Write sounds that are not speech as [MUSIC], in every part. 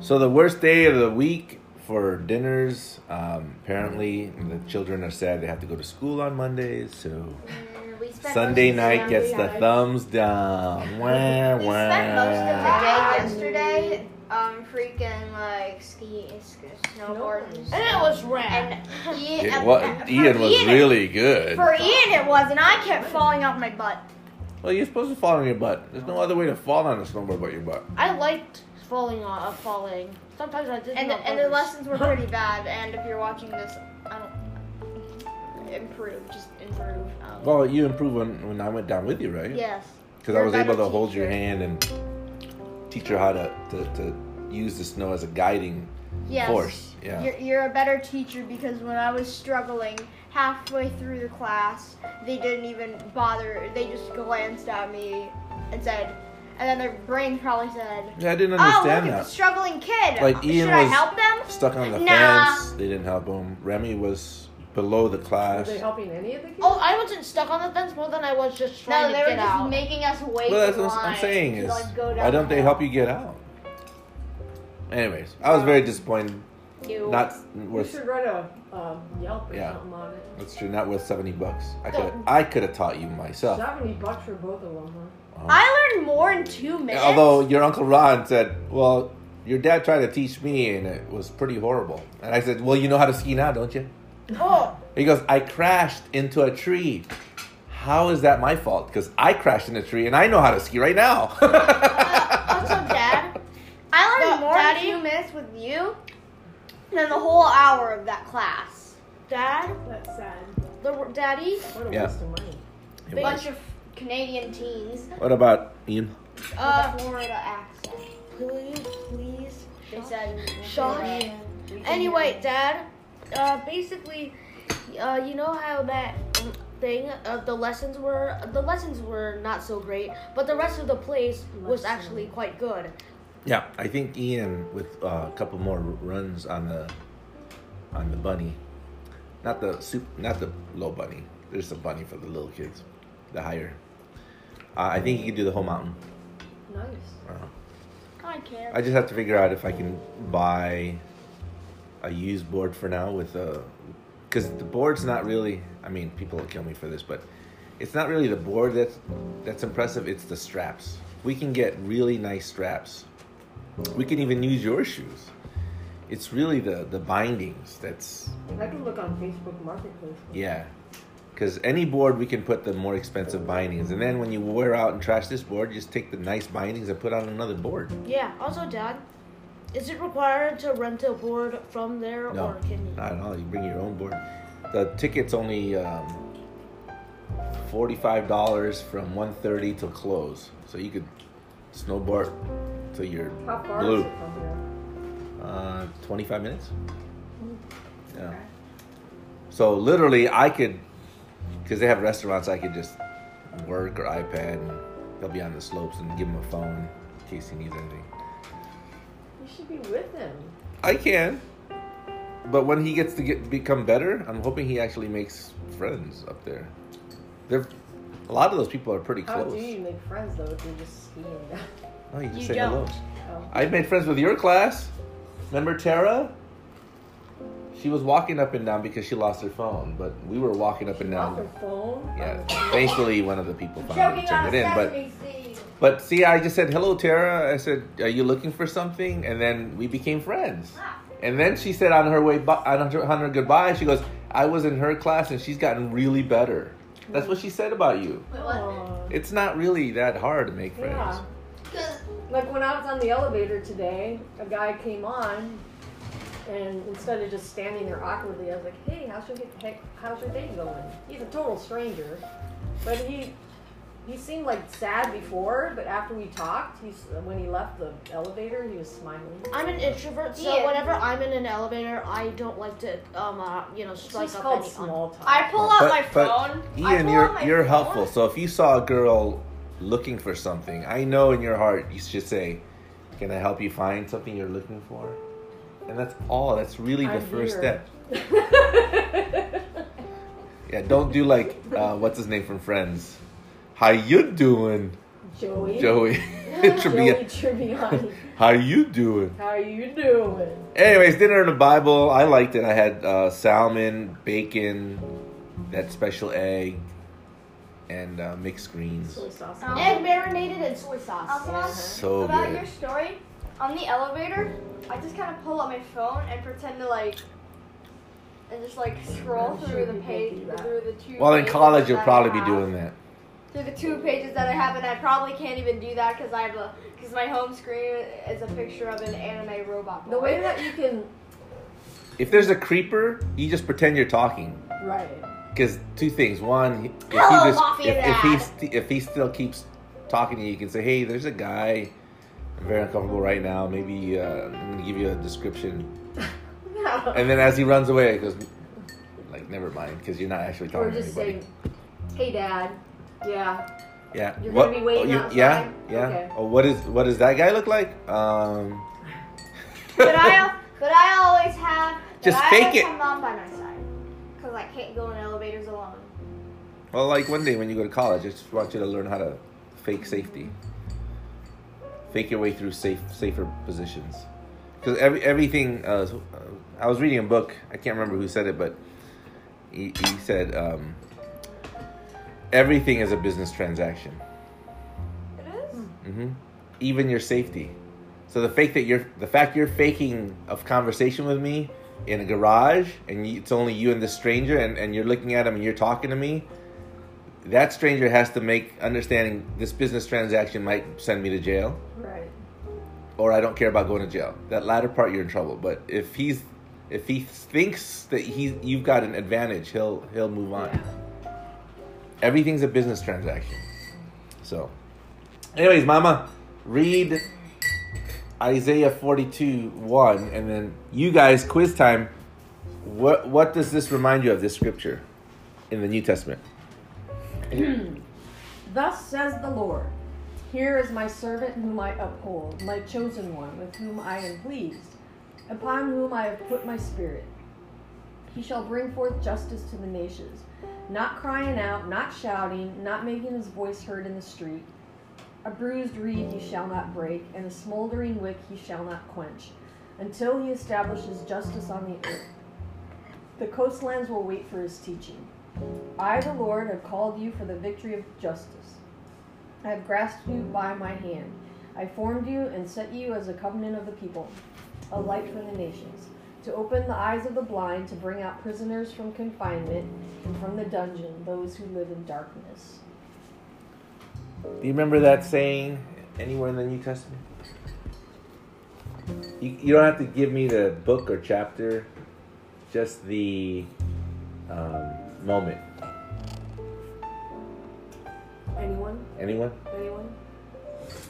So the worst day of the week for dinners. Um, apparently, the children are sad they have to go to school on Mondays, so Mm, we spent Sunday most of night gets the Sunday night. thumbs down. Wah, We spent most of the wah. day yesterday, um, freaking like skiing, sk- snowboarding. and And stuff. it was red. And Ian, Yeah, well, for Ian was Ian, really good. For Ian, it was, and I kept falling off my butt. Well, you're supposed to fall on your butt. There's no other way to fall on a snowboard but your butt. I liked falling off, of falling. Sometimes I did. And it the, on and the purpose. lessons were pretty bad. And if you're watching this, I don't improve, just improve. Um, Well, you improved when, when I went down with you, right? yes. Because I was You're a able to better hold your teacher. hand and teach her how to, to, to use the snow as a guiding Yes. force. Yeah. You're, you're a better teacher because when I was struggling halfway through the class, they didn't even bother. They just glanced at me and said, and then their brain probably said, yeah, I didn't "Oh, look understand at the that. struggling kid. Like, Ian Should I was- help them?" Stuck on the Nah. fence. They didn't help him. Remy was below the Were class. they helping any of the kids? Oh, I wasn't stuck on the fence more than I was just No, trying they to were get just out. making us wait. Well, that's in what I'm line saying to, is, like, go why don't they down. help you get out? Anyways, I was very disappointed. You- Not You worth. should write a um, Yelp or Yeah. something on it. That's true. Not worth seventy bucks. I could I could have taught you myself. Um, Seventy bucks for both of them, huh? I learned more in two minutes. Although your uncle Ron said, "Well, your dad tried to teach me, and it was pretty horrible." And I said, "Well, you know how to ski now, don't you?" oh, He goes, "I crashed into a tree. How is that my fault? Because I crashed in a tree, and I know how to ski right now." [LAUGHS] also, Dad, I learned But, more Daddy- in two minutes with you than the whole hour of that class. Dad, That's sad. the daddy. What a Yeah. waste of money. A bunch of Canadian teens, What about Ian? uh, Florida accent. Please, please. They said, Shush. Anyway, Dad, uh, basically, uh, you know how that um, thing of the lessons were the lessons were not so great, but the rest of the place was actually quite good. Yeah, I think Ian with uh, a couple more r- runs on the on the bunny, not the soup, not the low bunny. There's a bunny for the little kids, the higher. Uh, I think he could do the whole mountain. Nice. I can't. I just have to figure out if I can buy a used board for now with a because the board's not really. I mean, people will kill me for this, but it's not really the board that's that's impressive. It's the straps. We can get really nice straps. We can even use your shoes. It's really the the bindings that's I can look on Facebook Marketplace. yeah. Because any board we can put the more expensive bindings, and then when you wear out and trash this board, just take the nice bindings and put on another board. Yeah. Also, Dad, is it required to rent a board from there, No, or can you? not at all. You bring your own board. The ticket's only um, forty-five dollars from 1.30 till close, so you could snowboard till you're How far Blue. is it from here? uh, twenty-five minutes. Mm, Yeah. So literally, I could, because they have restaurants, I could just work or iPad, and they'll be on the slopes and give him a phone in case he needs anything. You should be with them. I can. But when he gets to get become better, I'm hoping he actually makes friends up there. They're a lot of those people are pretty Oh, How close. do you make friends though if you're just skiing? Oh, you just You say don't. hello. oh. I made friends with your class. Remember Tara? She was walking up and down because she lost her phone, but we were walking up and Off your down. phone. Yeah. Thankfully, one of the people found it and turned it in. But but see, I just said hello, Tara. I said, "Are you looking for something?" And then we became friends. And then she said on her way bu- on her, on her goodbye, she goes, "I was in her class and she's gotten really better." That's what she said about you. Oh. It's not really that hard to make friends. Yeah. Like when I was on the elevator today, a guy came on, and instead of just standing there awkwardly, I was like, "Hey, how's your heck, how's your day going?" He's a total stranger, but he he seemed like sad before, but after we talked, he's when he left the elevator, he was smiling. I'm an introvert, so Yeah. whenever I'm in an elevator, I don't like to, um, uh, you know, It's strike just up called any. small talk. I pull out Uh, But- my but phone. I Ian, pull out you're my you're phone. helpful. So if you saw a girl looking for something, I know in your heart you should say, "Can I help you find something you're looking for?" And that's all. That's really the I'm first here. step. Yeah, don't do like uh, what's his name from Friends. How you doing, [LAUGHS] [LAUGHS] Joey. Joey? [LAUGHS] Trivia. [LAUGHS] Joey Tribbiani. How you doing? How you doing? Anyways, dinner in the Bible. I liked it. I had uh, salmon, bacon, that special egg, and uh, mixed greens. Soy sauce. Um, And marinated in soy sauce. Also, So about good. your story on the elevator, I just kind of pull up my phone and pretend to like, and just like scroll I'm sure through the people page do that. through the two. Well, in pages college, you'll that I probably be have- doing that. through the two pages that I have, and I probably can't even do that because I have a because my home screen is a picture of an anime robot. Boy. The way that you can If there's a creeper, you just pretend you're talking. right. Because two things: one, he- if he Oh, just Mafia if, if he Dad. st- if he still keeps talking to you, you can say, "Hey, there's a guy. I'm very uncomfortable right now. Maybe uh, I'm gonna give you a description." No. And then as he runs away, it goes like, "Never mind," because you're not actually Or talking just to anybody. say, "Hey, Dad." Yeah. yeah. you're what? Oh, gonna be waiting outside? yeah. Yeah. Okay. Oh, what is what does that guy look like? Um. but [LAUGHS] I but I always have but Just I fake always it. Have mom by my side because I can't go in elevators alone. well, like one day when you go to college, I just want you to learn how to fake safety. Fake your way through safe safer positions. Because every everything, uh, s- uh, I was reading a book. I can't remember who said it, but he, he said um, everything is a business transaction. It is. hmm Even your safety. So the fake that you're, the fact you're faking a conversation with me in a garage, and you, it's only you and this stranger, and, and you're looking at him and you're talking to me. That stranger has to make understanding this business transaction might send me to jail, Right. or I don't care about going to jail. That latter part, you're in trouble. But if he's, if he thinks that he, you've got an advantage, he'll he'll move on Yeah. everything's a business transaction. So, anyways, Mama, read Isaiah 42 1, and then you guys, quiz time. What, what does this remind you of, this scripture in the New Testament? Thus says the Lord Here is my servant whom I uphold, my chosen one, with whom I am pleased, upon whom I have put my spirit. He shall bring forth justice to the nations, not crying out, not shouting, not making his voice heard in the street. A bruised reed he shall not break, and a smoldering wick he shall not quench, until he establishes justice on the earth. The coastlands will wait for his teaching. I, the Lord, have called you for the victory of justice. I have grasped you by my hand. I formed you and set you as a covenant of the people, a light for the nations, to open the eyes of the blind, to bring out prisoners from confinement and from the dungeon, those who live in darkness. Do you remember that saying anywhere in the New Testament? You, you don't have to give me the book or chapter, just the um, moment. Anyone? Anyone? Anyone?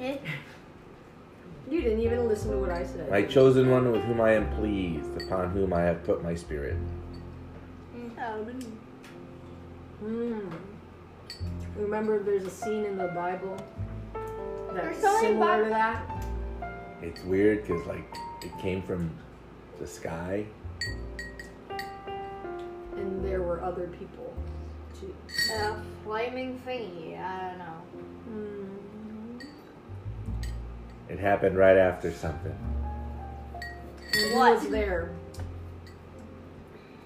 Eh. You didn't even listen to what I said. My chosen one with whom I am pleased, upon whom I have put my spirit. Mm. Remember, there's a scene in the Bible There's that's so many similar Bi- to that. It's weird because like it came from the sky. and there were other people too. A flaming thingy. I don't know. Mm-hmm. It happened right after something. And What? Who was there?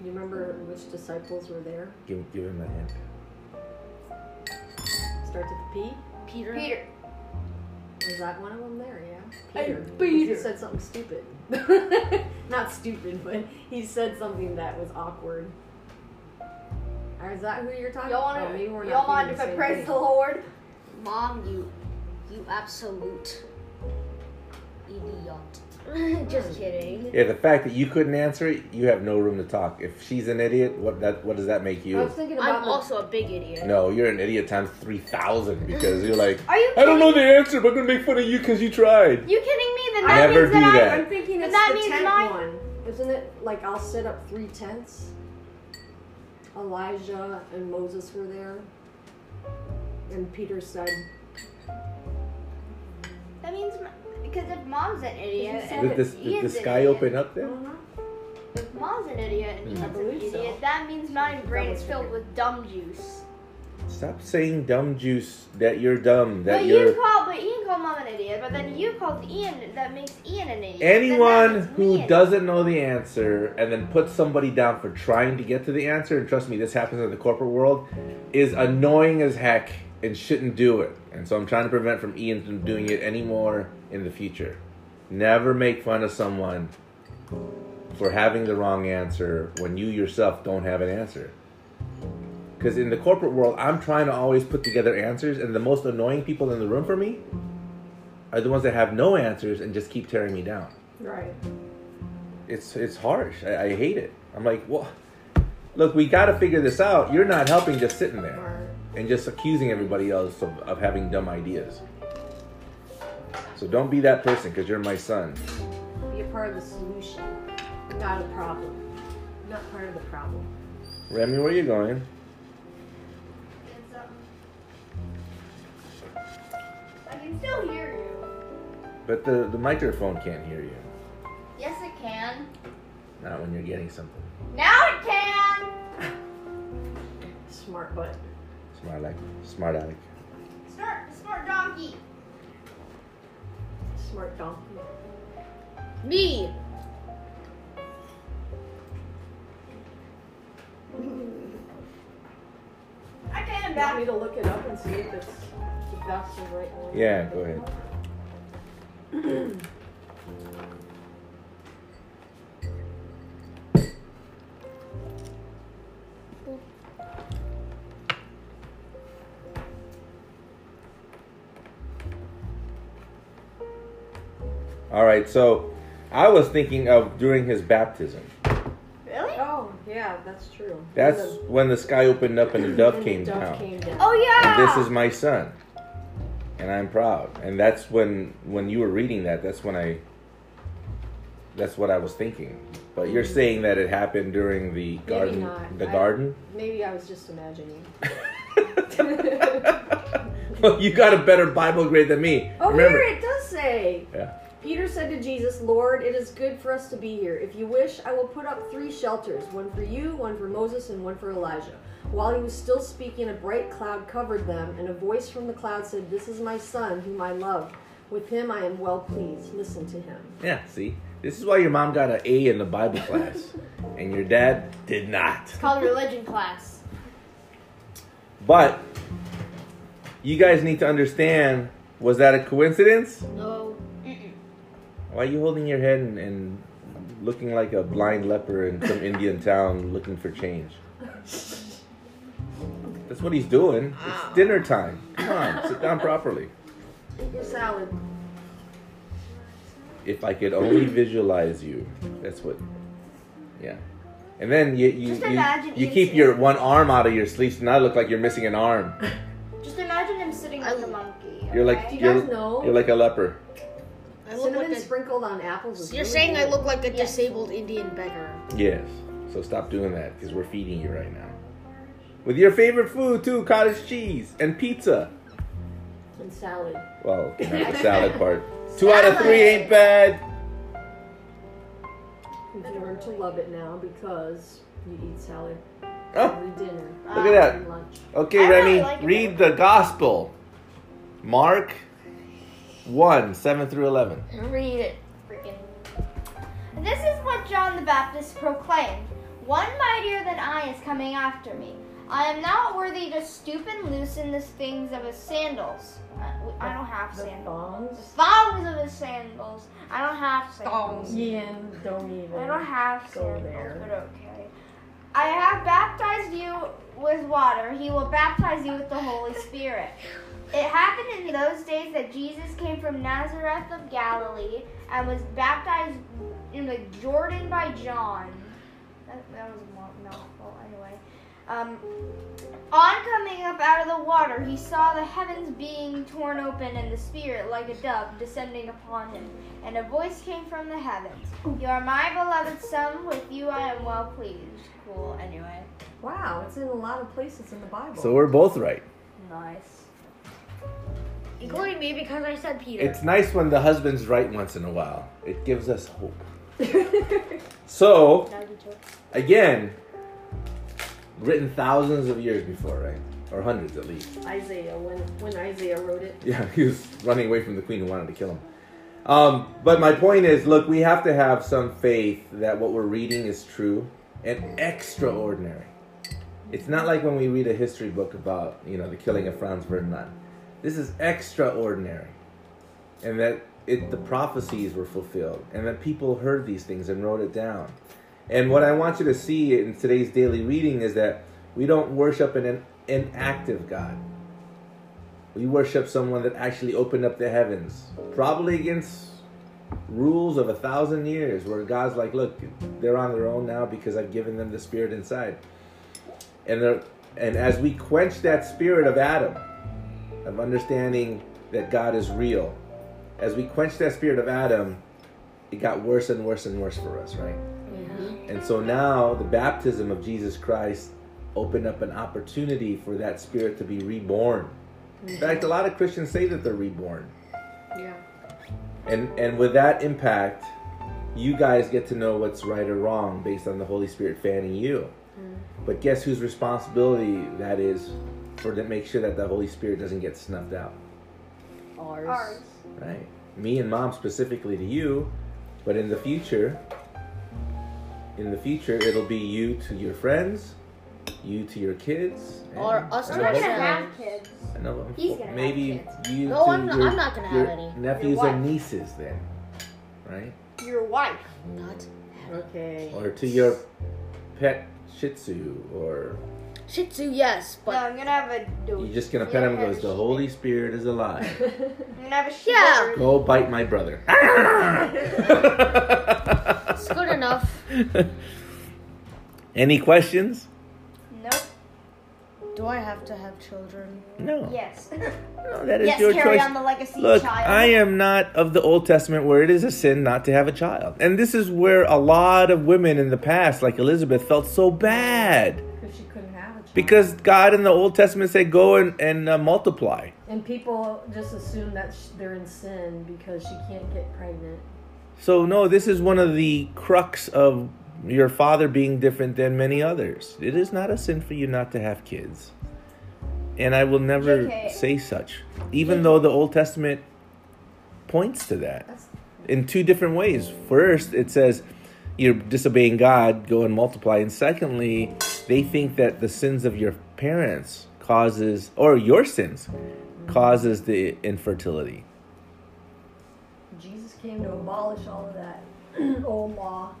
You remember which disciples were there? Give, give him a hint. Starts with P. Peter. Peter. Was that one of them there? Yeah. Hey, Peter. 'Cause He Peter. said something stupid. [LAUGHS] Not stupid, but he said something that was awkward. Or Is that who you're talking Y'all about? want Maybe we're to? not Y'all mind thinking if the I same praise thing. the Lord? Mom, you, you absolute [LAUGHS] idiot. Just kidding. Yeah, the fact that you couldn't answer it, you have no room to talk. If she's an idiot, what that what does that make I you? was thinking about I'm the- also a big idiot. No, you're an idiot times three thousand because you're like Are you? I don't kidding- know the answer, but I'm gonna make fun of you because you tried. You kidding me? Then I that never means do that, that. I. I'm thinking But it's that the means tenth mine- one. Isn't it like I'll set up three tents? Elijah and Moses were there. And Peter said, That means because if mom's an idiot, said and Did if this he did the is an sky idiot, open up then? If mom's an idiot and Mm. Ian's I an believe idiot, so. that means my brain is Double filled with dumb juice. Stop saying dumb juice that you're dumb. That but you're you call, but Ian called mom I'm an idiot, but then you called Ian. That makes Ian an idiot. Then that Anyone makes me an who idiot. doesn't know the answer and then puts somebody down for trying to get to the answer, and trust me, this happens in the corporate world, is annoying as heck and shouldn't do it. And so I'm trying to prevent from Ian from doing it anymore in the future. Never make fun of someone for having the wrong answer when you yourself don't have an answer. Because in the corporate world, I'm trying to always put together answers, and the most annoying people in the room for me are the ones that have no answers and just keep tearing me down Right. it's it's harsh. I, I hate it. I'm like, well, look, we got to figure this out. You're not helping just sitting there Or- and just accusing everybody else of, of having dumb ideas. So don't be that person because you're my son. Be a part of the solution, not a problem. Not part of the problem. Remy, where you going? It's, um, I can still hear you. But the, the microphone can't hear you. Yes, it can. Not when you're getting something. Now it can. Smart butt. Smart like smart aleck. Smart, smart donkey. Smart donkey. Me. Okay, I'm You want back. me to look it up and see if it's if that's the right one? Yeah, go ahead. All right, so I was thinking of during his baptism. Really? Oh, yeah, that's true. That's And when the sky opened up and the the- dove and the came dove down. came down. Oh yeah. And this is my son and i'm proud and that's when when you were reading that that's when i that's what i was thinking but you're saying that it happened during the garden Mm. not. the I- [LAUGHS] garden [LAUGHS] Maybe I was just imagining. well you got a better bible grade than me Oh, remember here it does say. Yeah. Peter said to Jesus, Lord, it is good for us to be here. If you wish, I will put up three shelters one for you, one for Moses, and one for Elijah. While he was still speaking, a bright cloud covered them, and a voice from the cloud said, This is my son, whom I love. With him I am well pleased. Listen to him. yeah see this is why your mom got an a in the bible [LAUGHS] class and your dad did not It's called religion class. but you guys need to understand was that a coincidence No. Mm-mm. Why are you holding your head and, and looking like a blind leper in [LAUGHS] some Indian town looking for change? That's what he's doing. It's dinner time. Come on, sit down properly. Eat your salad. If I could only visualize you, that's what. Yeah. And then you you, Just you, imagine you Ian keep sitting- your one arm out of your sleeve, so now I look like you're missing an arm. [LAUGHS] Just imagine him sitting I- with a monkey. You're like okay? Do you you're, guys know- you're like a leper. I look Cinnamon like a- sprinkled on apples. is You're really saying I good. look like a Yes. disabled Indian beggar. Yes. So stop doing that because we're feeding you right now. With your favorite food too, cottage cheese and pizza. And salad. Well, [LAUGHS] not the salad part. Two out of three ain't bad. You've learned to love it now because you eat salad Oh, every dinner. look at that. and lunch. Okay, I really Remy, like it. read the gospel. Mark 1, 7 through 11. Read it. Freaking. This is what John the Baptist proclaimed. One mightier than I is coming after me. I am not worthy to stoop and loosen the things of his sandals. Uh, I don't have The sandals. The thongs. thongs of his sandals. I don't have sandals. Yeah, don't even. I don't have Go sandals, there. but okay. I have baptized you with water. He will baptize you with the Holy [LAUGHS] Spirit. It happened in those days that Jesus came from Nazareth of Galilee and was baptized in the Jordan by John. That, that was a mouth- mouthful, anyway. Um, on coming up out of the water, he saw the heavens being torn open and the Spirit, like a dove, descending upon him. And a voice came from the heavens You are my beloved Son, with you I am well pleased. Cool, anyway. Wow, it's in a lot of places in the Bible. So we're both right. Nice. Including me because I said Peter. It's nice when the husband's right once in a while, it gives us hope. So, [LAUGHS] Now you took- again, written thousands of years before, right? or hundreds at least. Isaiah, when, when Isaiah wrote it. [LAUGHS] Yeah, he was running away from the queen who wanted to kill him. Um, but my point is, look, we have to have some faith that what we're reading is true and extraordinary. It's not like when we read a history book about, you know, the killing of Franz Ferdinand. This is extraordinary. And that it the prophecies were fulfilled and that people heard these things and wrote it down. And what I want you to see in today's daily reading is that we don't worship an in- inactive God. We worship someone that actually opened up the heavens, probably against rules of a thousand years, where God's like, look, they're on their own now because I've given them the spirit inside. And they're, and as we quench that spirit of Adam, of understanding that God is real, as we quench that spirit of Adam, it got worse and worse and worse for us, right? And so now the baptism of Jesus Christ opened up an opportunity for that spirit to be reborn. In fact, a lot of Christians say that they're reborn. Yeah. And and with that impact, you guys get to know what's right or wrong based on the Holy Spirit fanning you. But guess whose responsibility that is for to make sure that the Holy Spirit doesn't get snuffed out, Ours. Ours. right? Me and mom specifically to you, but in the future, in the future it'll be you to your friends, you to your kids, and- Or us and We're to I hope- not gonna ourselves. have kids. I know. He's gonna have maybe you. No, to I'm not- your- I'm not gonna have your any. Nephews Your and wife. nieces, then, right? Your wife. Not [LAUGHS] Okay. Or to your pet Shih Tzu, or Shih Tzu, yes, no, but I'm gonna have a dude. you're just gonna pet him and Yeah, goes, "The she- Holy Spirit is alive. I'm gonna have a she Yeah. bird. Go bite my brother." [LAUGHS] it's good enough. Any questions? Nope. Do I have to have children? No. Yes. [LAUGHS] No, that is yes, your carry choice. on the legacy Look, child. I am not of the Old Testament where it is a sin not to have a child. And this is where a lot of women in the past, like Elizabeth, felt so bad Because she couldn't have a child. because God in the Old Testament said, go and, and uh, multiply. And people just assume that sh- they're in sin because she can't get pregnant. So, no, this is one of the crux of your father being different than many others. It is not a sin for you not to have kids. And I will never JK. say such, even though the Old Testament points to that. That's in two different ways. First, it says you're disobeying God, go and multiply. And secondly, they think that the sins of your parents causes or your sins causes the infertility. Jesus came to abolish all of that [CLEARS THROAT] old law.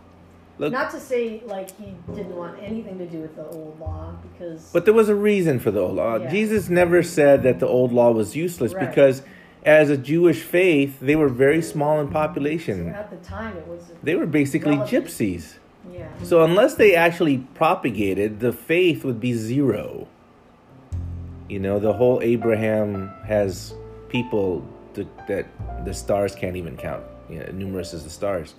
Look, Not to say like he didn't want anything to do with the old law because but there was a reason for the old law. Yeah. Jesus never said that the old law was useless Right. because as a Jewish faith, they were very small in so population. at the time it was They were basically Relative. gypsies. yeah. So unless they actually propagated, the faith would be zero. You know, the whole Abraham has people th- that the stars can't even count, you know, numerous as the stars.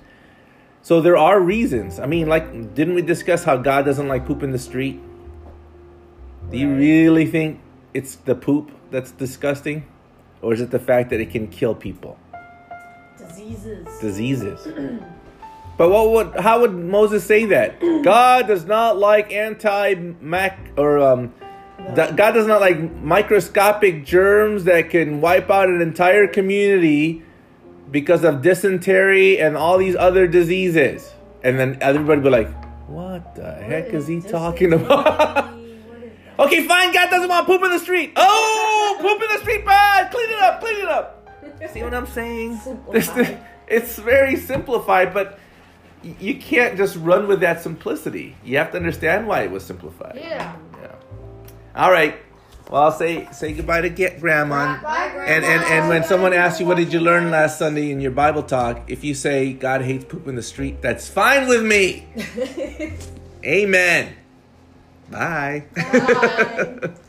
So there are reasons. I mean, like, didn't we discuss how God doesn't like poop in the street? Do you Right. really think it's the poop that's disgusting? Or is it the fact that it can kill people? Diseases. diseases. But what would how would Moses say that? God does not like anti mac or um th- God does not like microscopic germs that can wipe out an entire community because of dysentery and all these other diseases. And then everybody be like, "What the heck is he talking about?" [LAUGHS] Okay, fine. God doesn't want poop in the street. Oh, poop in the street, bad. Clean it up. Clean it up. See what I'm saying? This- Simplified. it's very simplified, but y- you can't just run with that simplicity. You have to understand why it was simplified. Yeah. Yeah. All right. Well, I'll say say goodbye to get grandma. Bye, Grandma. And, and and when someone asks you what did you learn last Sunday in your Bible talk, if you say God hates poop in the street, that's fine with me. Amen. Bye. Bye.